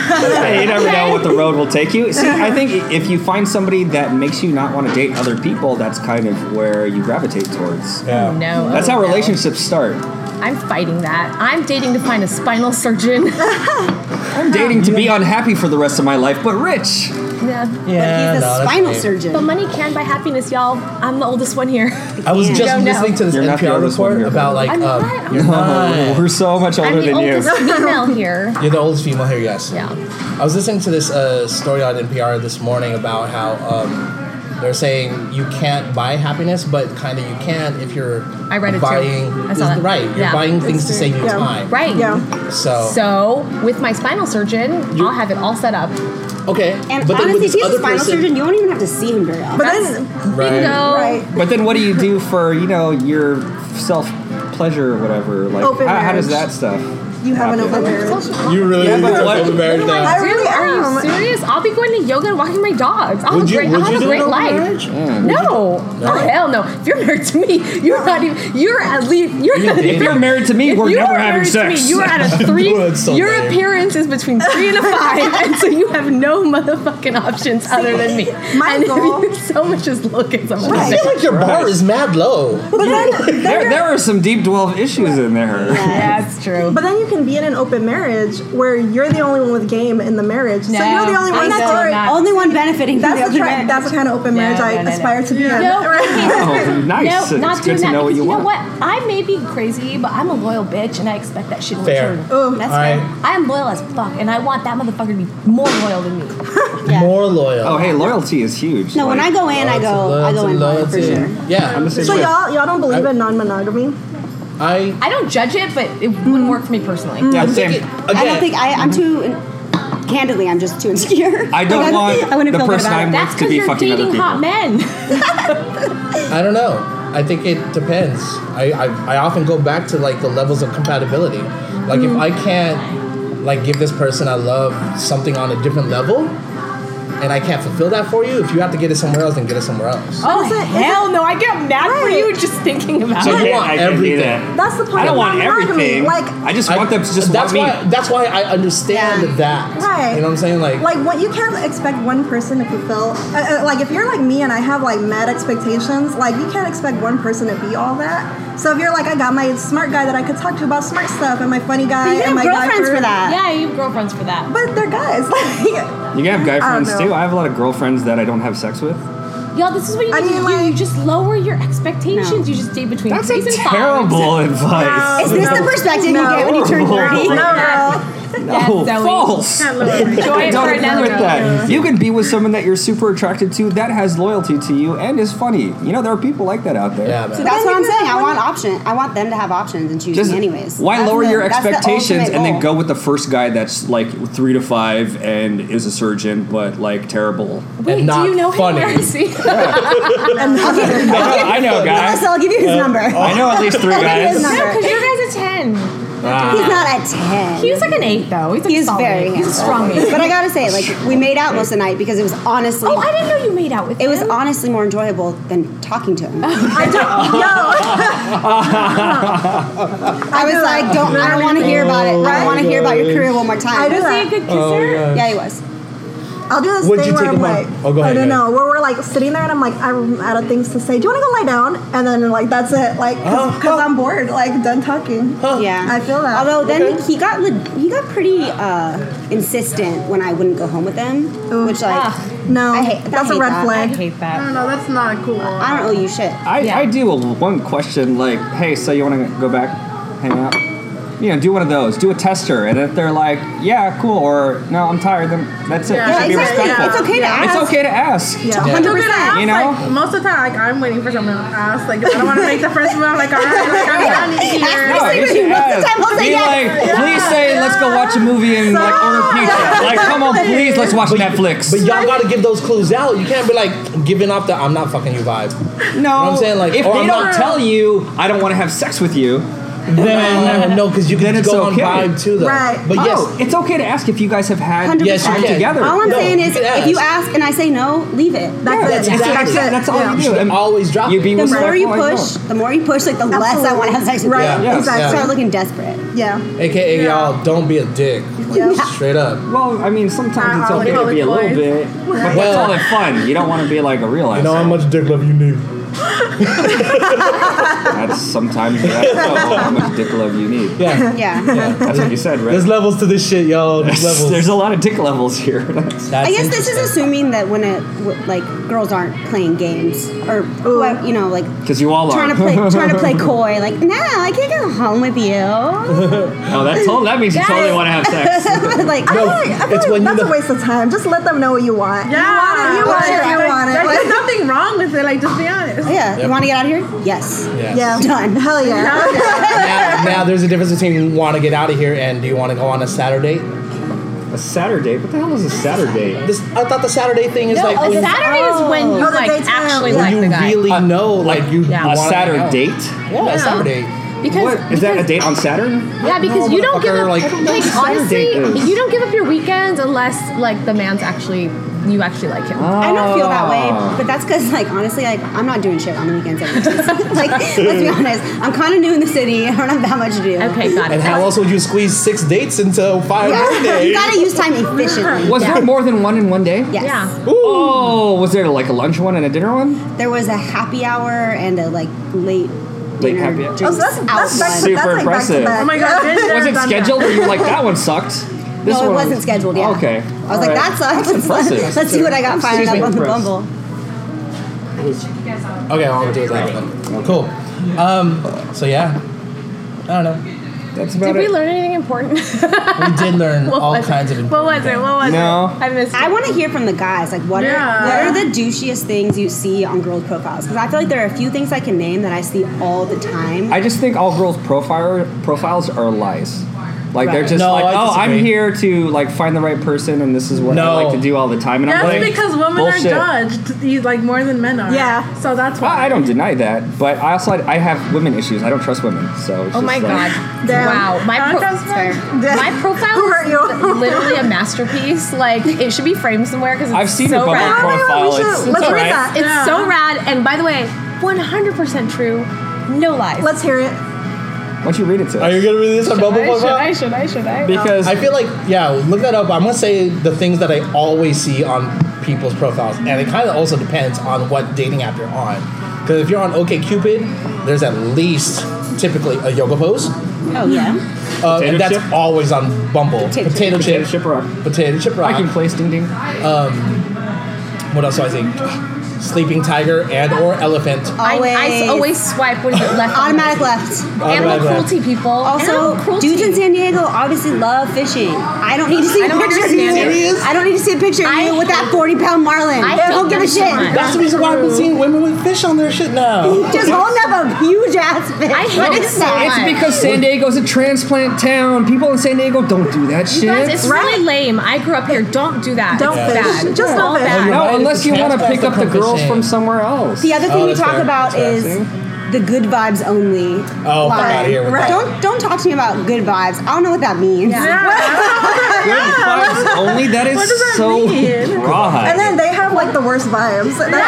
Hey, you never know what the road will take you. See, I think if you find somebody that makes you not want to date other people, that's kind of where you gravitate towards. Yeah. No. That's oh, how no. relationships start. I'm fighting that. I'm dating to find a spinal surgeon. I'm dating to be unhappy for the rest of my life, but rich. yeah. but Yeah, he's no, a that's spinal lame. surgeon. But money can buy happiness, y'all. I'm the oldest one here. Um, I was Yeah. just Don't know. listening to this You're not the NPR oldest one report here, about like I'm um, not. Oh, you're not. Uh, We're so much older I'm the than you. oldest female here. You're the oldest female here, yes. Yeah. I was listening to this uh, story on NPR this morning about how um, they're saying you can't buy happiness, but kind of you can if you're I read it too. buying. I saw that. Right, you're Yeah. buying things to save you Yeah. time. Right. yeah, So, So with my spinal surgeon, I'll have it all set up. okay, and but then honestly, with if this he's a other spinal person, surgeon, you won't even have to see him very often. but then Right. Bingo. right. But then what do you do for, you know, your self pleasure or whatever? Like Open how, how does marriage. that stuff? You have an happen? open marriage. you really Yeah, need but to what- get married What do now. I do? I really Are you am. serious? I'll be going to yoga and walking my dogs. I'll have Would a you- great, would I'll you have a do great an open life. No. Oh hell no. If you're married to me, you're not even. You're at least. You're You if did. If you're married to me, if we're you never are having married to sex. Me, you are at a three. That's so your lame. appearance is between three and a five, and so you have no motherfucking options other than me. my and if goal- you so much as look at someone, I feel like your bar is mad low. But then, there, there are some deep dwell issues in there. that's true. but then you can be in an open marriage where you're the only one with game in the marriage. so No, you're the only I'm one not sorry. doing that. Only one benefiting from That's the the, other tri- man. that's the kind of open marriage No, I no, no, aspire no. to be in. No, okay. Oh, nice. No, it's not good doing to that. know what because you, you know want. what? I may be crazy, but I'm a loyal bitch, and I expect that shit in Fair. return. Ooh. That's All fair. right. I am loyal as fuck, and I want that motherfucker to be more loyal than me. Yeah. More loyal. Oh, hey, loyalty is huge. No, when I Like, go in, I Loyalty, go, I go in loyalty, blind for loyalty. sure. Yeah, I'm the same So way. y'all y'all don't believe I- in non-monogamy? I I don't judge it, but it wouldn't work for me personally. Yeah, I think same. it, again, I don't think I, I'm too. Candidly, I'm just too insecure. I don't Like, want I wouldn't the feel good person about I'm it. with That's to because be you're fucking other dating people. hot men. I don't know. I think it depends. I, I, I often go back to like the levels of compatibility. Like if I can't like give this person I love something on a different level and I can't fulfill that for you, if you have to get it somewhere else, then get it somewhere else. Oh Is it- is hell no! I get mad for Right. you just thinking about So it. I can't- want I can't do everything. that. That's the point. I don't of want non-monogamy. everything. Like, I just want them to just that's want me. why that's why I understand Yeah. that. Right. You know what I'm saying? Like, like what you can't expect one person to fulfill. Uh, uh, like if you're like me and I have like mad expectations, like you can't expect one person to be all that. So if you're like, I got my smart guy that I could talk to about smart stuff, and my funny guy, You and have my girlfriends guy for that. Yeah, you have girlfriends for that. But they're guys. Like, You can have guy don't friends know. too. I have a lot of girlfriends that I don't have sex with. Y'all, this is what you I need mean, to do. like- You just lower your expectations. No. You just date between That's threes a and fives. terrible advice. Is this the perspective you get when you turn No. 30? No. girl. No, That's silly. false. Enjoy I it don't for agree another with girl. that. You can be with someone that you're super attracted to that has loyalty to you and is funny. You know, there are people like that out there. yeah, man. That's what I'm you saying. I want option. I want them to have options and choose Just me anyways. why That's lower the- your that's the expectations ultimate and then goal. go with the first guy that's like three to five and is a surgeon but like terrible? Wait, do not you know funny. him? Where is he? I know, I know, Melissa, guy. I'll give you his number. I know at least three His guys. Uh, number. Because your guy's a ten. He's not at 10. He was like an eight though. He's, like He's solid. very He's a handsome. strong eight. but I gotta say, like, we made out most of the night because it was honestly, Oh, I didn't know you made out with it him. was honestly more enjoyable than talking to him. I don't. I was like, don't, I don't want to hear about it. I don't want to hear about your career one more time. I do Was he a that. good kisser? Oh, yeah, he was. No, I'll do this Would thing you where take I'm him like, on? Oh, go ahead, I don't go know. Where we're like sitting there and I'm like, I'm out of things to say. Do you want to go lie down? And then like that's it. Like, Huh? because I'm bored. Like done talking. Yeah, I feel that. Although then he got le- he got pretty uh, insistent when I wouldn't go home with him, Ooh. which like No, I hate- I that's a hate red that. I flag. hate I that. don't know. That's not cool. I don't owe you shit. I, Yeah. I do a one question like, hey, so you want to go back, hang out? You know, do one of those. Do a tester, and if they're like, yeah, cool, or no, I'm tired, then that's it. Yeah. You Yeah, should be exactly. respectful. It's okay to It's ask. okay to ask. Yeah. It's okay to 100%, ask, you know? like, most of the time, like, I'm waiting for someone to ask. Like, if I don't want to make the first move. I'm like, all right, like, I'm done No, here. Ask me. you Most should of the ask. time I'll say Be yes. like, please say, let's go watch a movie and like order pizza. Like, come on, please, let's watch Netflix. But y'all gotta give those clues out. You can't be like giving off the I'm not fucking you vibe. no, I'm saying, like, if or they I'm don't not- tell you, I don't want to have sex with you. Then no, because you Then can it's just go okay. on vibe too though. Right. But yes, oh, it's okay to ask if you guys have had 100%. Yes, you time can. together. All I'm No, saying you is, can if ask. you ask and I say no, leave it. That's, That's it. exactly That's it. it. That's all Yeah. you you do. should always drop You it. be The more you respectful and push, the more you push, like the less I want to have sex with Right. you. Yeah. Yes. I Exactly. start looking desperate. Yeah. AKA y'all, don't be a dick. Like, Yeah. Straight up. Well, I mean, sometimes it's Uh, okay to be a little college bit, but that's all in fun. You don't want to be like a real You know how asshole. much dick love you need. That's sometimes you have to know how much dick love you need. Yeah. Yeah. That's what you said, right? There's levels to this shit, y'all. There's levels. There's a lot of dick levels here. That's I guess this is interesting. assuming that when it w- like girls aren't playing games or whoever, you know like Because you all are. trying to play trying to play coy like nah I can't go home with you oh, that, tol- that means you totally want to have sex. like "Oh, I feel No, like, I feel Oh, it's like when you that's know- a waste of time. Just let them know what you want. Yeah, You want it. You want it. oh, You Like, want there's it. nothing wrong with it. Like, just be honest. yeah Yep. you want to get out of here yes Yes. yeah. Done. Hell yeah. Oh now, now there's a difference between want to get out of here and do you want to go on a Saturday? A Saturday? What the hell is a Saturday? This I thought the Saturday thing is No, like oh, when, Saturday is when you Oh, the like daytime. actually When like you the guy. really know, like you Yeah. A wanna hang Saturday out. date? Yeah, a Saturday. Because, What? Is that a because- date on Saturn? Yeah, because you don't give motherfucker, up. like, I Like, don't know what honestly, Saturday is. you don't give up your weekends unless like the man's actually you actually like him. I don't feel that Ah. way but that's because like honestly like I'm not doing shit on the weekends every day. like let's be honest I'm kind of new in the city I don't have that much to do okay, got it. And how else would you squeeze six dates into five you days? gotta use time efficiently Was there more than one in one day? yes yeah. Oh, was there like a lunch one and a dinner one? there was a happy hour and a like late Late dinner happy hour. drinks Oh, so that's, that's, out back to, one. Super that's like impressive. back to back. Oh my god, been there, Was it done that. scheduled or you were like, that one sucked? This no, it one wasn't scheduled. Yeah. Okay. I was like, that sucks. Let's, impressive. let's see what I got fired up Excuse me. on the Impressed. Bumble. Okay, I'll do it later. Cool. Um, so yeah, I don't know. That's about Did we it. learn anything important? We did learn What all was it? kinds of What was it? What was No. it? I missed. I it. want to hear from the guys. Like, what Yeah. are what are the douchiest things you see on girls' profiles? Because I feel like there are a few things I can name that I see all the time. I just think all girls' profile profiles are lies. Like they're Right. just No, like, I oh, I'm disagree. here to like find the right person, and this is what No. I like to do all the time. And That's I'm like, because women bullshit. are judged you- like more than men are. Yeah. So that's Well, why. I don't deny that, but I also I have women issues. I don't trust women, so. It's Oh just my like, god! Damn. Wow, Oh, my Not pro- that smart. sorry. my Who hurt profile you? is literally a masterpiece. Like it should be framed somewhere because I've seen your so bubble rad. I don't know, profile. we It's, it's should- let's read alright. that. It's so rad. And by the way, 100% true. No lies. Let's hear it. Why don't you read it to us? Are you gonna read this on Bubble Should Profile? I? Should I? Should I? because I feel like yeah, look that up. I'm gonna say the things that I always see on people's profiles, and it kind of also depends on what dating app you're on. Because if you're on OKCupid, there's at least typically a yoga pose, oh yeah, uh, Potato and that's chip? always on Bumble. Potato Potato, chip. potato chip, chip rock. potato chip rock. I can place ding ding. What else do I see? Sleeping tiger and or elephant. I, always. I s- always swipe when you're left. automatic left. Animal Automatic left. cruelty people. Animal Also, cruelty. dudes in San Diego obviously love fishing. I don't need to see I a don't picture of understand you. I don't need to see a picture of I you with that forty-pound marlin. I I hate don't give a them so shit. much. That's the reason why I'm seeing women with fish on their shit now. Just holding up a huge ass fish. I hate What it is so that? much. It's because San Diego's a transplant town. People in San Diego don't do that You shit. guys, it's really lame. I grew up here. Don't do that. Don't it's fish. bad. Just It's don't all fish. bad. No, Right, unless it's you want to transplants pick that up the come girls fishing. from somewhere else. The other thing Oh, we that's talk fair. about That's is the good vibes only. Oh, fuck line. outta here with Right. that. Don't don't talk to me about good vibes. I don't know what that means. Good vibes only. That is What does that so mean? rawhide. And then they have like the worst vibes. That's the thing.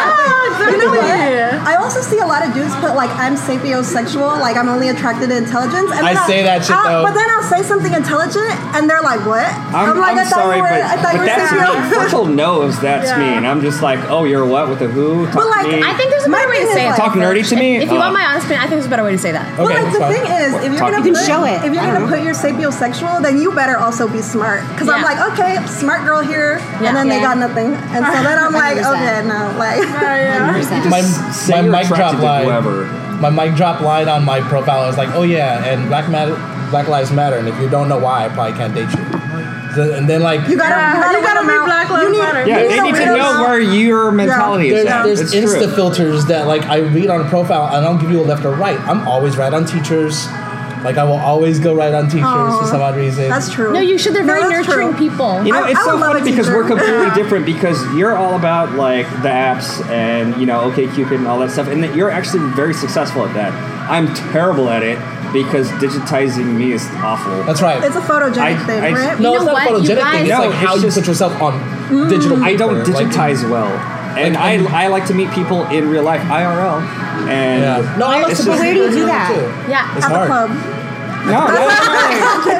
Yeah, You know what? exactly. I also see a lot of dudes put like I'm sapiosexual, like I'm only attracted to intelligence. And I then I'll- say that shit, I'll- though. But then I'll say something intelligent, and they're like, "What?" I'm, I'm, like, thought sorry, you were, but, I thought you but were that's sapio." mean. Fertile knows that's Yeah. mean. I'm just like, oh, you're what with a who? Talk But, like, mean. I think there's a My better way to thing is say it. like- talk nerdy to me. If you Uh, want my honest opinion, I think there's a better way to say that. Okay, well, like the fine. thing is, if you're Talk- gonna You can put- show it. if you're I gonna don't know. put your sapiosexual, then you better also be smart. Because I'm Yeah. like, okay, smart girl here, Yeah. and then they Yeah. got nothing, and so then I'm like, 100%. okay, no, like, Yeah, yeah. my say my you're mic attracted to drop line. whoever. My mic drop line on my profile is like, oh yeah, and Black Matter, Black Lives Matter, and if you don't know why, I probably can't date you. So- and then like, you gotta, you gotta be weed 'em out. Black Lives You need- Matter. yeah, you they a need weed to 'em know out. where your mentality is at. there's, there's it's insta true. filters that like I read on a profile and I'll give you a left or right. I'm always right on teachers. Like I will always go right on teachers for some odd reason. That's true. No, you should. They're No, very that's nurturing true. people. You know, I- it's I so would love funny a because teacher. we're completely different because you're all about like the apps and you know OkCupid and all that stuff, and that you're actually very successful at that. I'm terrible at it because digitizing me is awful. That's right. It's a photogenic I- thing, I- right? no, You it's know not a what, you photogenic thing. It's guys- like No, how it's you just- put yourself on digital. I don't paper, like- digitize well, and like, I I like to meet people in real life IRL, and yeah. No, I like It's to just- But where do you do that? Yeah. It's At the hard. club. No, that's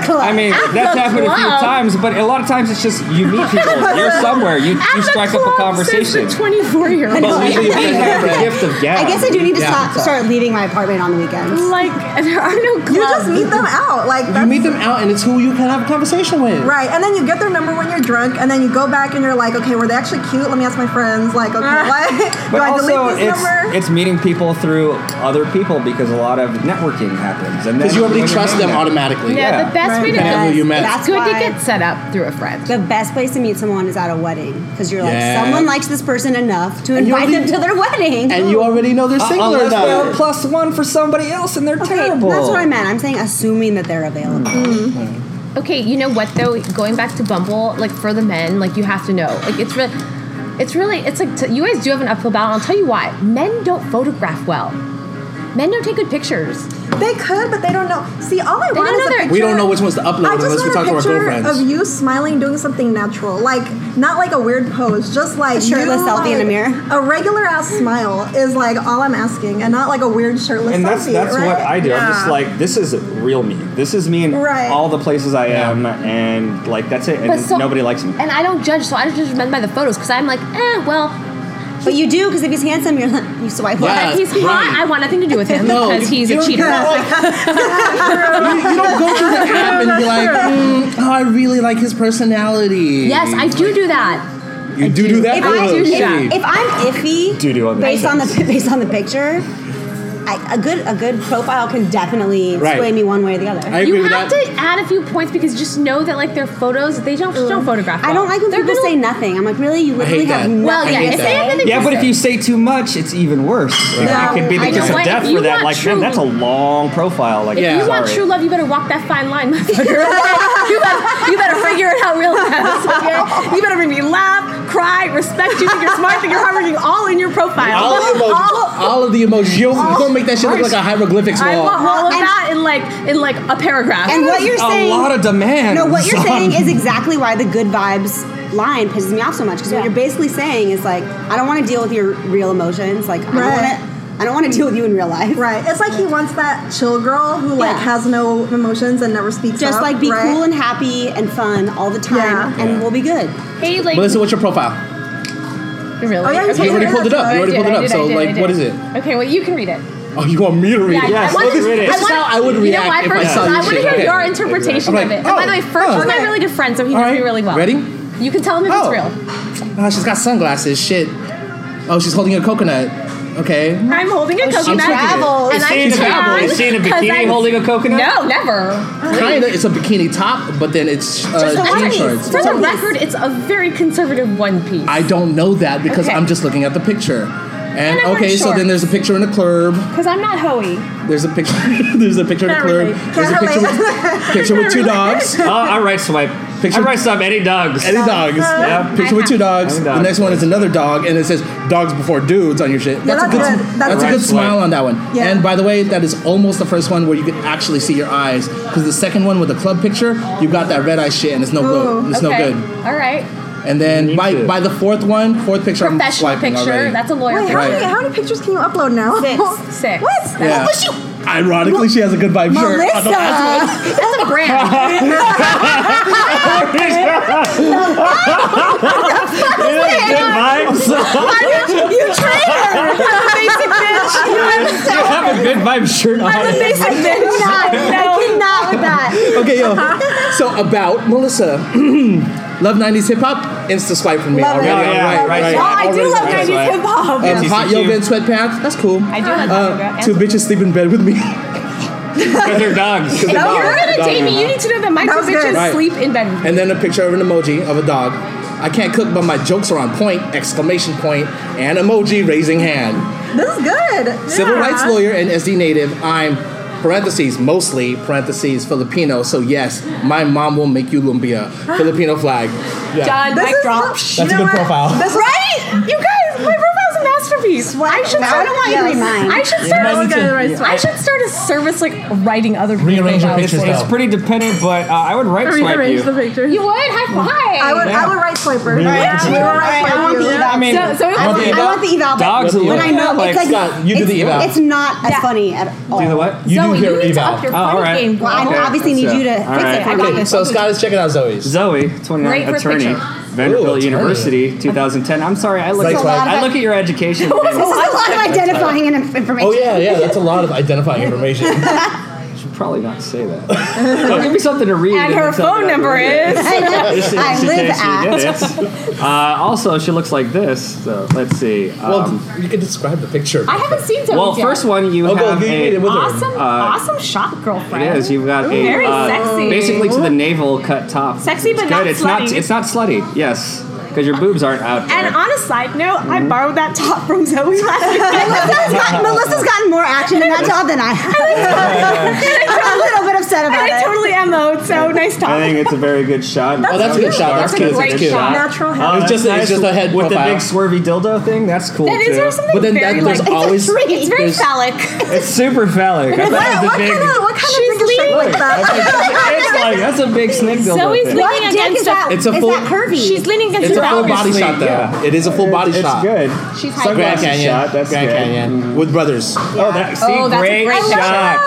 fine. I mean, that's happened a few club. times, but a lot of times it's just you meet people, you're somewhere, you, you strike up a conversation. Twenty-four year old. But we, we have the Yeah. gift of gab. I guess I do need to Yeah. stop, start leaving my apartment on the weekends. Like there are no clubs. You just meet them out. Like You that's meet them out and it's who you can have a conversation with. right. And then you get their number when you're drunk, and then you go back and you're like, okay, were they actually cute? Let me ask my friends. Like, okay, Ah. like, do But I also, delete this it's number? it's meeting people through other people because a lot of networking happens, and Because then you already when you're hanging trust them out- automatically. Yeah, the best way to Depending on get who you met. That's it's good to why- get set up through a friend. The best place to meet someone is at a wedding because you're like, Yeah. someone likes this person enough to you invite them already- to their wedding. And you already know they're Uh, single or unless not. they're plus one for somebody else, and they're Okay, terrible. that's what I meant. I'm saying assuming that they're available. Okay, you know what though? Going back to Bumble, like for the men, like you have to know, like it's really, it's really, it's like t- you guys do have an uphill battle. and I'll tell you why. Men don't photograph well. Men don't take good pictures. They could, but they don't know. See, all I want don't is know a their- picture. We don't know which ones to upload I just unless we want talk to a our picture girlfriends. of you smiling, doing something natural, like not like a weird pose, just like shirtless you, selfie in a like, mirror. A regular ass smile is like all I'm asking, and not like a weird shirtless and selfie. that's that's right? what I do. I'm just Yeah. like, this is real me. This is me in Right. all the places I am, and like that's it. And But so- nobody likes me. And I don't judge, so I don't judge men by the photos because I'm like, eh, well, But you do because if he's handsome, you're like, you swipe Yeah. left. if he's hot, right. I want nothing to do with him No, because you- he's you a don't cheater. go- you, you don't go to the app and be like, mm, oh, I really like his personality. Yes, I do do that. You do do that. If, Oh, I, shit. if, if I'm iffy Do do on the based on the based on the picture, I, a good a good profile can definitely Right. sway me one way or the other. I agree you with have that. to add a few points because just know that like their photos, they don't just don't photograph. I don't like when They're people gonna- say nothing. I'm like, really? You literally have that. nothing. Well, yeah, hate if that. they have anything Yeah, to but say- if you say too much, it's even worse. Like, No, it could be I the kiss know. of Like, death you for that. want Like, true- man, that's a long profile. Like, Yeah. If you want sorry. true love, you better walk that fine line, motherfucker. you, better, you better figure it out real fast, okay? You better make me laugh, cry, respect you, think you're smart, think you're hardworking, all in your profile. All the emojis. All, of the emojis. You don't make that shit look like a hieroglyphics I want wall. all of and- that in like in like a paragraph. And what you're a saying, lot of demand. no, what you're saying is exactly why the good vibes line pisses me off so much. Because what you're basically saying is like, I don't want to deal with your real emotions. Like, I Right. don't want to, I don't want to deal with you in real life. Right. It's like he wants that chill girl who like Yeah. has no emotions and never speaks Just up, like be right? cool and happy and fun all the time, Yeah. and we'll be good. hey, like Melissa, what's your profile? really? Oh, yeah, you You already Yeah, pulled it up. You I already did, pulled it I up. did, So, I did, I like, did. what is it? Okay, well you can read it. Oh, you want me to read Yeah, it? Yes, I want let's to read it. This is how I would you know react what? if I First saw of all, I this want to shit. hear Okay. your interpretation I'm like, of it. And by the oh, way, Ferg oh. is my really good friend, so he All knows right, me really well. ready? You can tell him if Oh. it's real. Oh, she's got sunglasses. Shit. Oh, she's holding a coconut. Okay. I'm holding a coconut. traveled. And Seen I a turned bikini- seen a 'cause bikini I- holding a coconut? No, never. Kinda. It's a bikini top, but then it's Just a uh, one jean piece. shorts. For the record, it's a very conservative one piece. I don't know that because Okay. I'm just looking at the picture. And, And I'm okay, wearing so then shorts. there's a picture in a club. Because I'm not hoey. There's a picture. there's a picture in a Can't club. relate. There's a Can't picture with, picture with two dogs. Oh, I right swipe. Picture- I right swipe any dogs. Any dogs. Yeah. Picture with two dogs. Any The dogs. next one is another dog, and it says dogs before dudes on your shit. Yeah, That's a good. that's That's, good. That's a good. good smile on that one. Yeah. And by the way, that is almost the first one where you can actually see your eyes, because the second one with the club picture, you got that red eye shit, and it's no good. It's no okay. good. All right. And then need by, to. by the fourth one, fourth picture, I'm Professional swiping picture. already. That's a lawyer. Wait, how picture. Right. many how many pictures can you upload now? Six. Six. What? Yeah. What was you? Ironically, she has a good vibe shirt. on the last one. Melissa. That's a brand. good vibes. you traitor! I'm a basic bitch. you have a good vibe shirt on. I'm a basic bitch. I cannot with that. Okay, yo. So about Melissa, Love 90s Hip Hop, Insta swipe from me Love already. it. All Yeah, yeah, right, right, right. yeah. Oh, I do Already love right 90s swipe. hip hop. Um, hot TCQ. yoga and sweatpants. That's cool. I do like Uh, two bitches sleep in bed with me. Because they're dogs. If dog. Oh, you're gonna Dog. date me, you need to know that my That two was good. bitches Right. sleep in bed with me. And then a picture of an emoji of a dog. I can't cook, but my jokes are on point! Exclamation point and emoji raising hand. This is good. Civil Yeah. rights lawyer and SD native. I'm parentheses mostly parentheses Filipino. So yes, my mom will make you lumpia. Filipino flag. Yeah. Done. This Mic is drop. That's a good profile. This Right? You guys, my profile's a masterpiece. I should Now start I want you to read mine. I should start. Mine is a- Yeah. I should start a service like writing other people's Rearrange your profiles. It's, it's pretty dependent, but uh, I would right swipe Rearrange the you. picture. You would high five. I would I would write swiper. Yeah. We would write I want the swiper. eval. I mean, so, so I, it want, would the be- eval. I want the eval, dogs but a when little- I know like, it's like Scott, you do it's, the eval. It's not as funny at all. do the what? You Zoe, do you your need to eval. up your Oh, all funny right. game. Well, I Okay, obviously need so- you to fix all right. it. I got Okay, this. so Scott is checking out Zoe's. Zoe, 29, Great for attorney, picture. Ooh, Vanderbilt attorney. University, 2010. I'm sorry, I look That's at a lot of- I look at your education. this is a lot of identifying and information. Oh yeah, yeah. That's a lot of identifying information. I should probably not say that. Well, give me something to read. And her then tell me phone that. number is. I live, This is- I she live says she at. did it. Uh, also, she looks like this. So let's see. well, Um, you can describe the picture. I haven't seen Zoe. well, yet. first one you Oh, go have you a, read it with her. Awesome, awesome shot, girlfriend. It is. You've got a Very uh, sexy. basically to the navel cut top. Sexy, It's but not good. It's slutty. not. It's not slutty. Yes, because your boobs aren't out. There. And on a side note, Mm-hmm. I borrowed that top from Zoe last night. Melissa's gotten, Melissa's gotten more action in that job than I have. I'm a little bit upset about And I it. totally MO'd, so nice I talk. think it's a very good shot. oh, that's a good shot. That's, That's a cute. great That's cute. shot. Natural hair. Oh, It's that's just- it's just a head with profile. the big swervy dildo thing. That's cool That too. is there something But then very that, like there's always it's very there's- phallic. it's super phallic. I thought it was What a big. kind of what kind of thing is shaped like that? it's like that's a big snake dildo. Zoe's thing. leaning What dick against is that? It's a is full- that curvy? She's leaning against It's her a full balcony. body Obviously, shot though. yeah. It is a full body It's shot. good. She's Grand high. Glasses Canyon. shot, that's Grand good. Canyon with brothers. Oh, that, see, Oh, that's a great, great shots.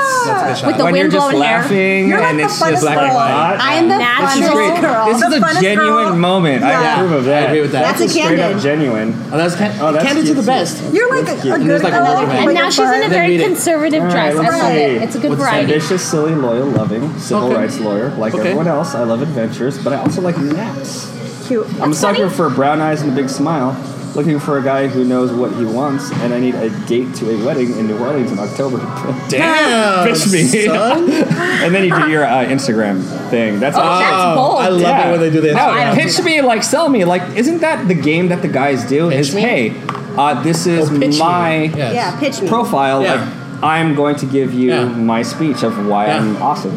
shot. With the when you're wind just blowing hair. laughing You're like and the it's just funnest like girl. hot. I am the Natural. funnest girl. This The is a funnest genuine girl. moment. Yeah. I approve of that. I agree with that. That's a Straight candid. up genuine. Oh, that's can- Oh, that's Candace cute, is the too. best. You're like a, a And good there's like a leather like band. And now she's in a butt. Then very read it. conservative All right, dress. I let's love see. it. It's a good What's that? variety. Ambitious, silly, loyal, loving, civil Okay. rights lawyer. Like Okay. everyone else, I love adventures, but I also like naps. Cute. I'm a sucker for brown eyes and a big smile. looking for a guy who knows what he wants, and I need a date to a wedding in New Orleans in October. Damn, Bitch me. son. and then you do your uh, Instagram thing. That's awesome. that's Oh, bold. I love Yeah. it when they do this. No, I don't pitch me, like sell me, like isn't that the game that the guys do? is me? hey, uh, this is Oh, pitch me. my Yes. Yeah, pitch me. profile. Yeah. Like I'm going to give you Yeah. my speech of why Yeah. I'm awesome.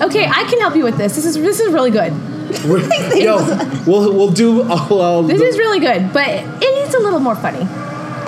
Okay, I can help you with this. This is this is really good. We're- Yo, we'll we'll do. Oh, well, This is really good, but it needs a little more funny.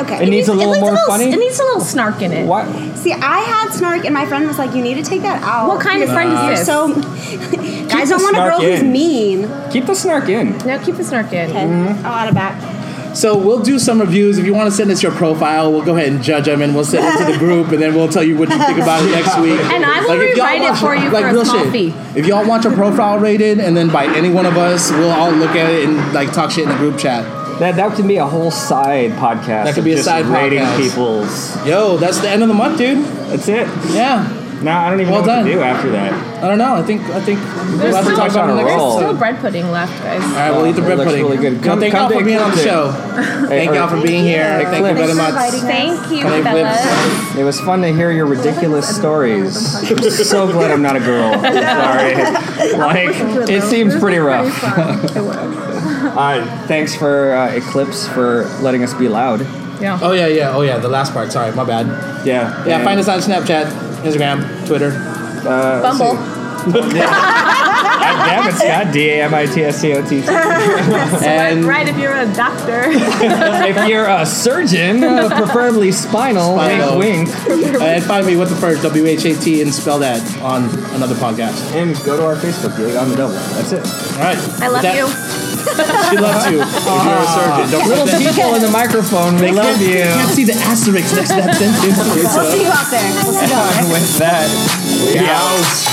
Okay. It needs a little it needs more a little, funny. It needs a little snark in it. Why? See, I had snark, and my friend was like, "You need to take that out." What kind of friend is this? So, guys don't want a snark girl who's in. mean. Keep the snark in. no, keep the snark in. Okay, Oh, I'll add it back. So we'll do some reviews. If you want to send us your profile, we'll go ahead and judge them, and we'll send it to the group, and then we'll tell you what you think about it next week. And I will if y'all rewrite it want- for you for a real small shit. fee. If y'all want your profile rated, and then by any one of us, we'll all look at it and like talk shit in the group chat. That that could be a whole side podcast. That could of be a just side rating podcast. people's. Yo, that's the end of the month, dude. That's it. Yeah, Now I don't even Well know done. what to do after that. I don't know. I think I think we'll There's have to still, talk about it on a next. roll. All there's roll. still bread pudding left, guys. right, we'll eat the That bread looks pudding. really good. No, Come- thank come y'all for take- being come on the take- show. Hey, Thank or- y'all for being here. Thank Thank you Thanks very for much. inviting Thank you, Clip, clip. fellas. It was fun to hear your ridiculous stories. I'm so glad I'm not a girl. Sorry. Like, it seems pretty rough. Uh, thanks for uh, Eclipse for letting us be loud. Yeah. Oh yeah, yeah. Oh yeah. The last part. Sorry, my bad. Yeah. Yeah, and, find us on Snapchat, Instagram, Twitter. Uh, Bumble. God damn it, Scott. D A M I T S C O T T. And right if you're a doctor. If you're a surgeon, uh, preferably spinal, Spinal. wink wink. and find me with the first W H A T and spell that on another podcast. And go to our Facebook, Dig on the Double. That's it. All right. I love you. She loves you. If you're a surgeon, don't Little forget that. people in the microphone, we love You you. can't see the asterisk next to that sentence. We'll see you out there. We'll see you out there. With that, we out. Ouch.